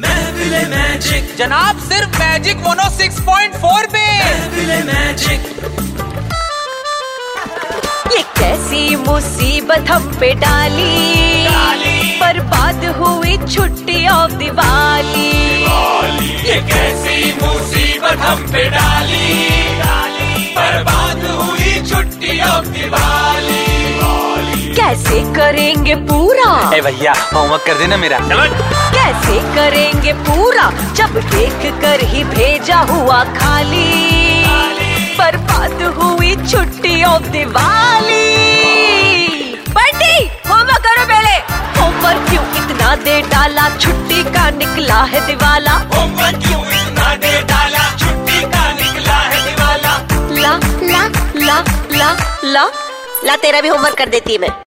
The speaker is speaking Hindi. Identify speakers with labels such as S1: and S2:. S1: महफिले मैजिक
S2: जनाब सिर्फ मैजिक मोनो 6.4 पे
S1: महफिले मैजिक
S3: ये कैसी मुसीबत हम पे डाली बर्बाद हुई छुट्टी और दिवाली
S1: ये कैसी मुसीबत हम पे डाली बर्बाद हुई छुट्टी अब दिवाली
S3: कैसे करेंगे पूरा
S2: ए भैया होमवर्क कर देना मेरा
S3: कैसे करेंगे पूरा जब देख कर ही भेजा हुआ खाली बर्बाद हुई छुट्टी और दिवाली बंटी होमवर्क करो पहले होमवर्क क्यों इतना दे डाला छुट्टी का निकला है दिवाला
S1: होमवर्क क्यों इतना दे डाला छुट्टी का निकला है दिवाला
S3: ला ला ला ला ला ला तेरा भी होमवर्क कर देती है मैं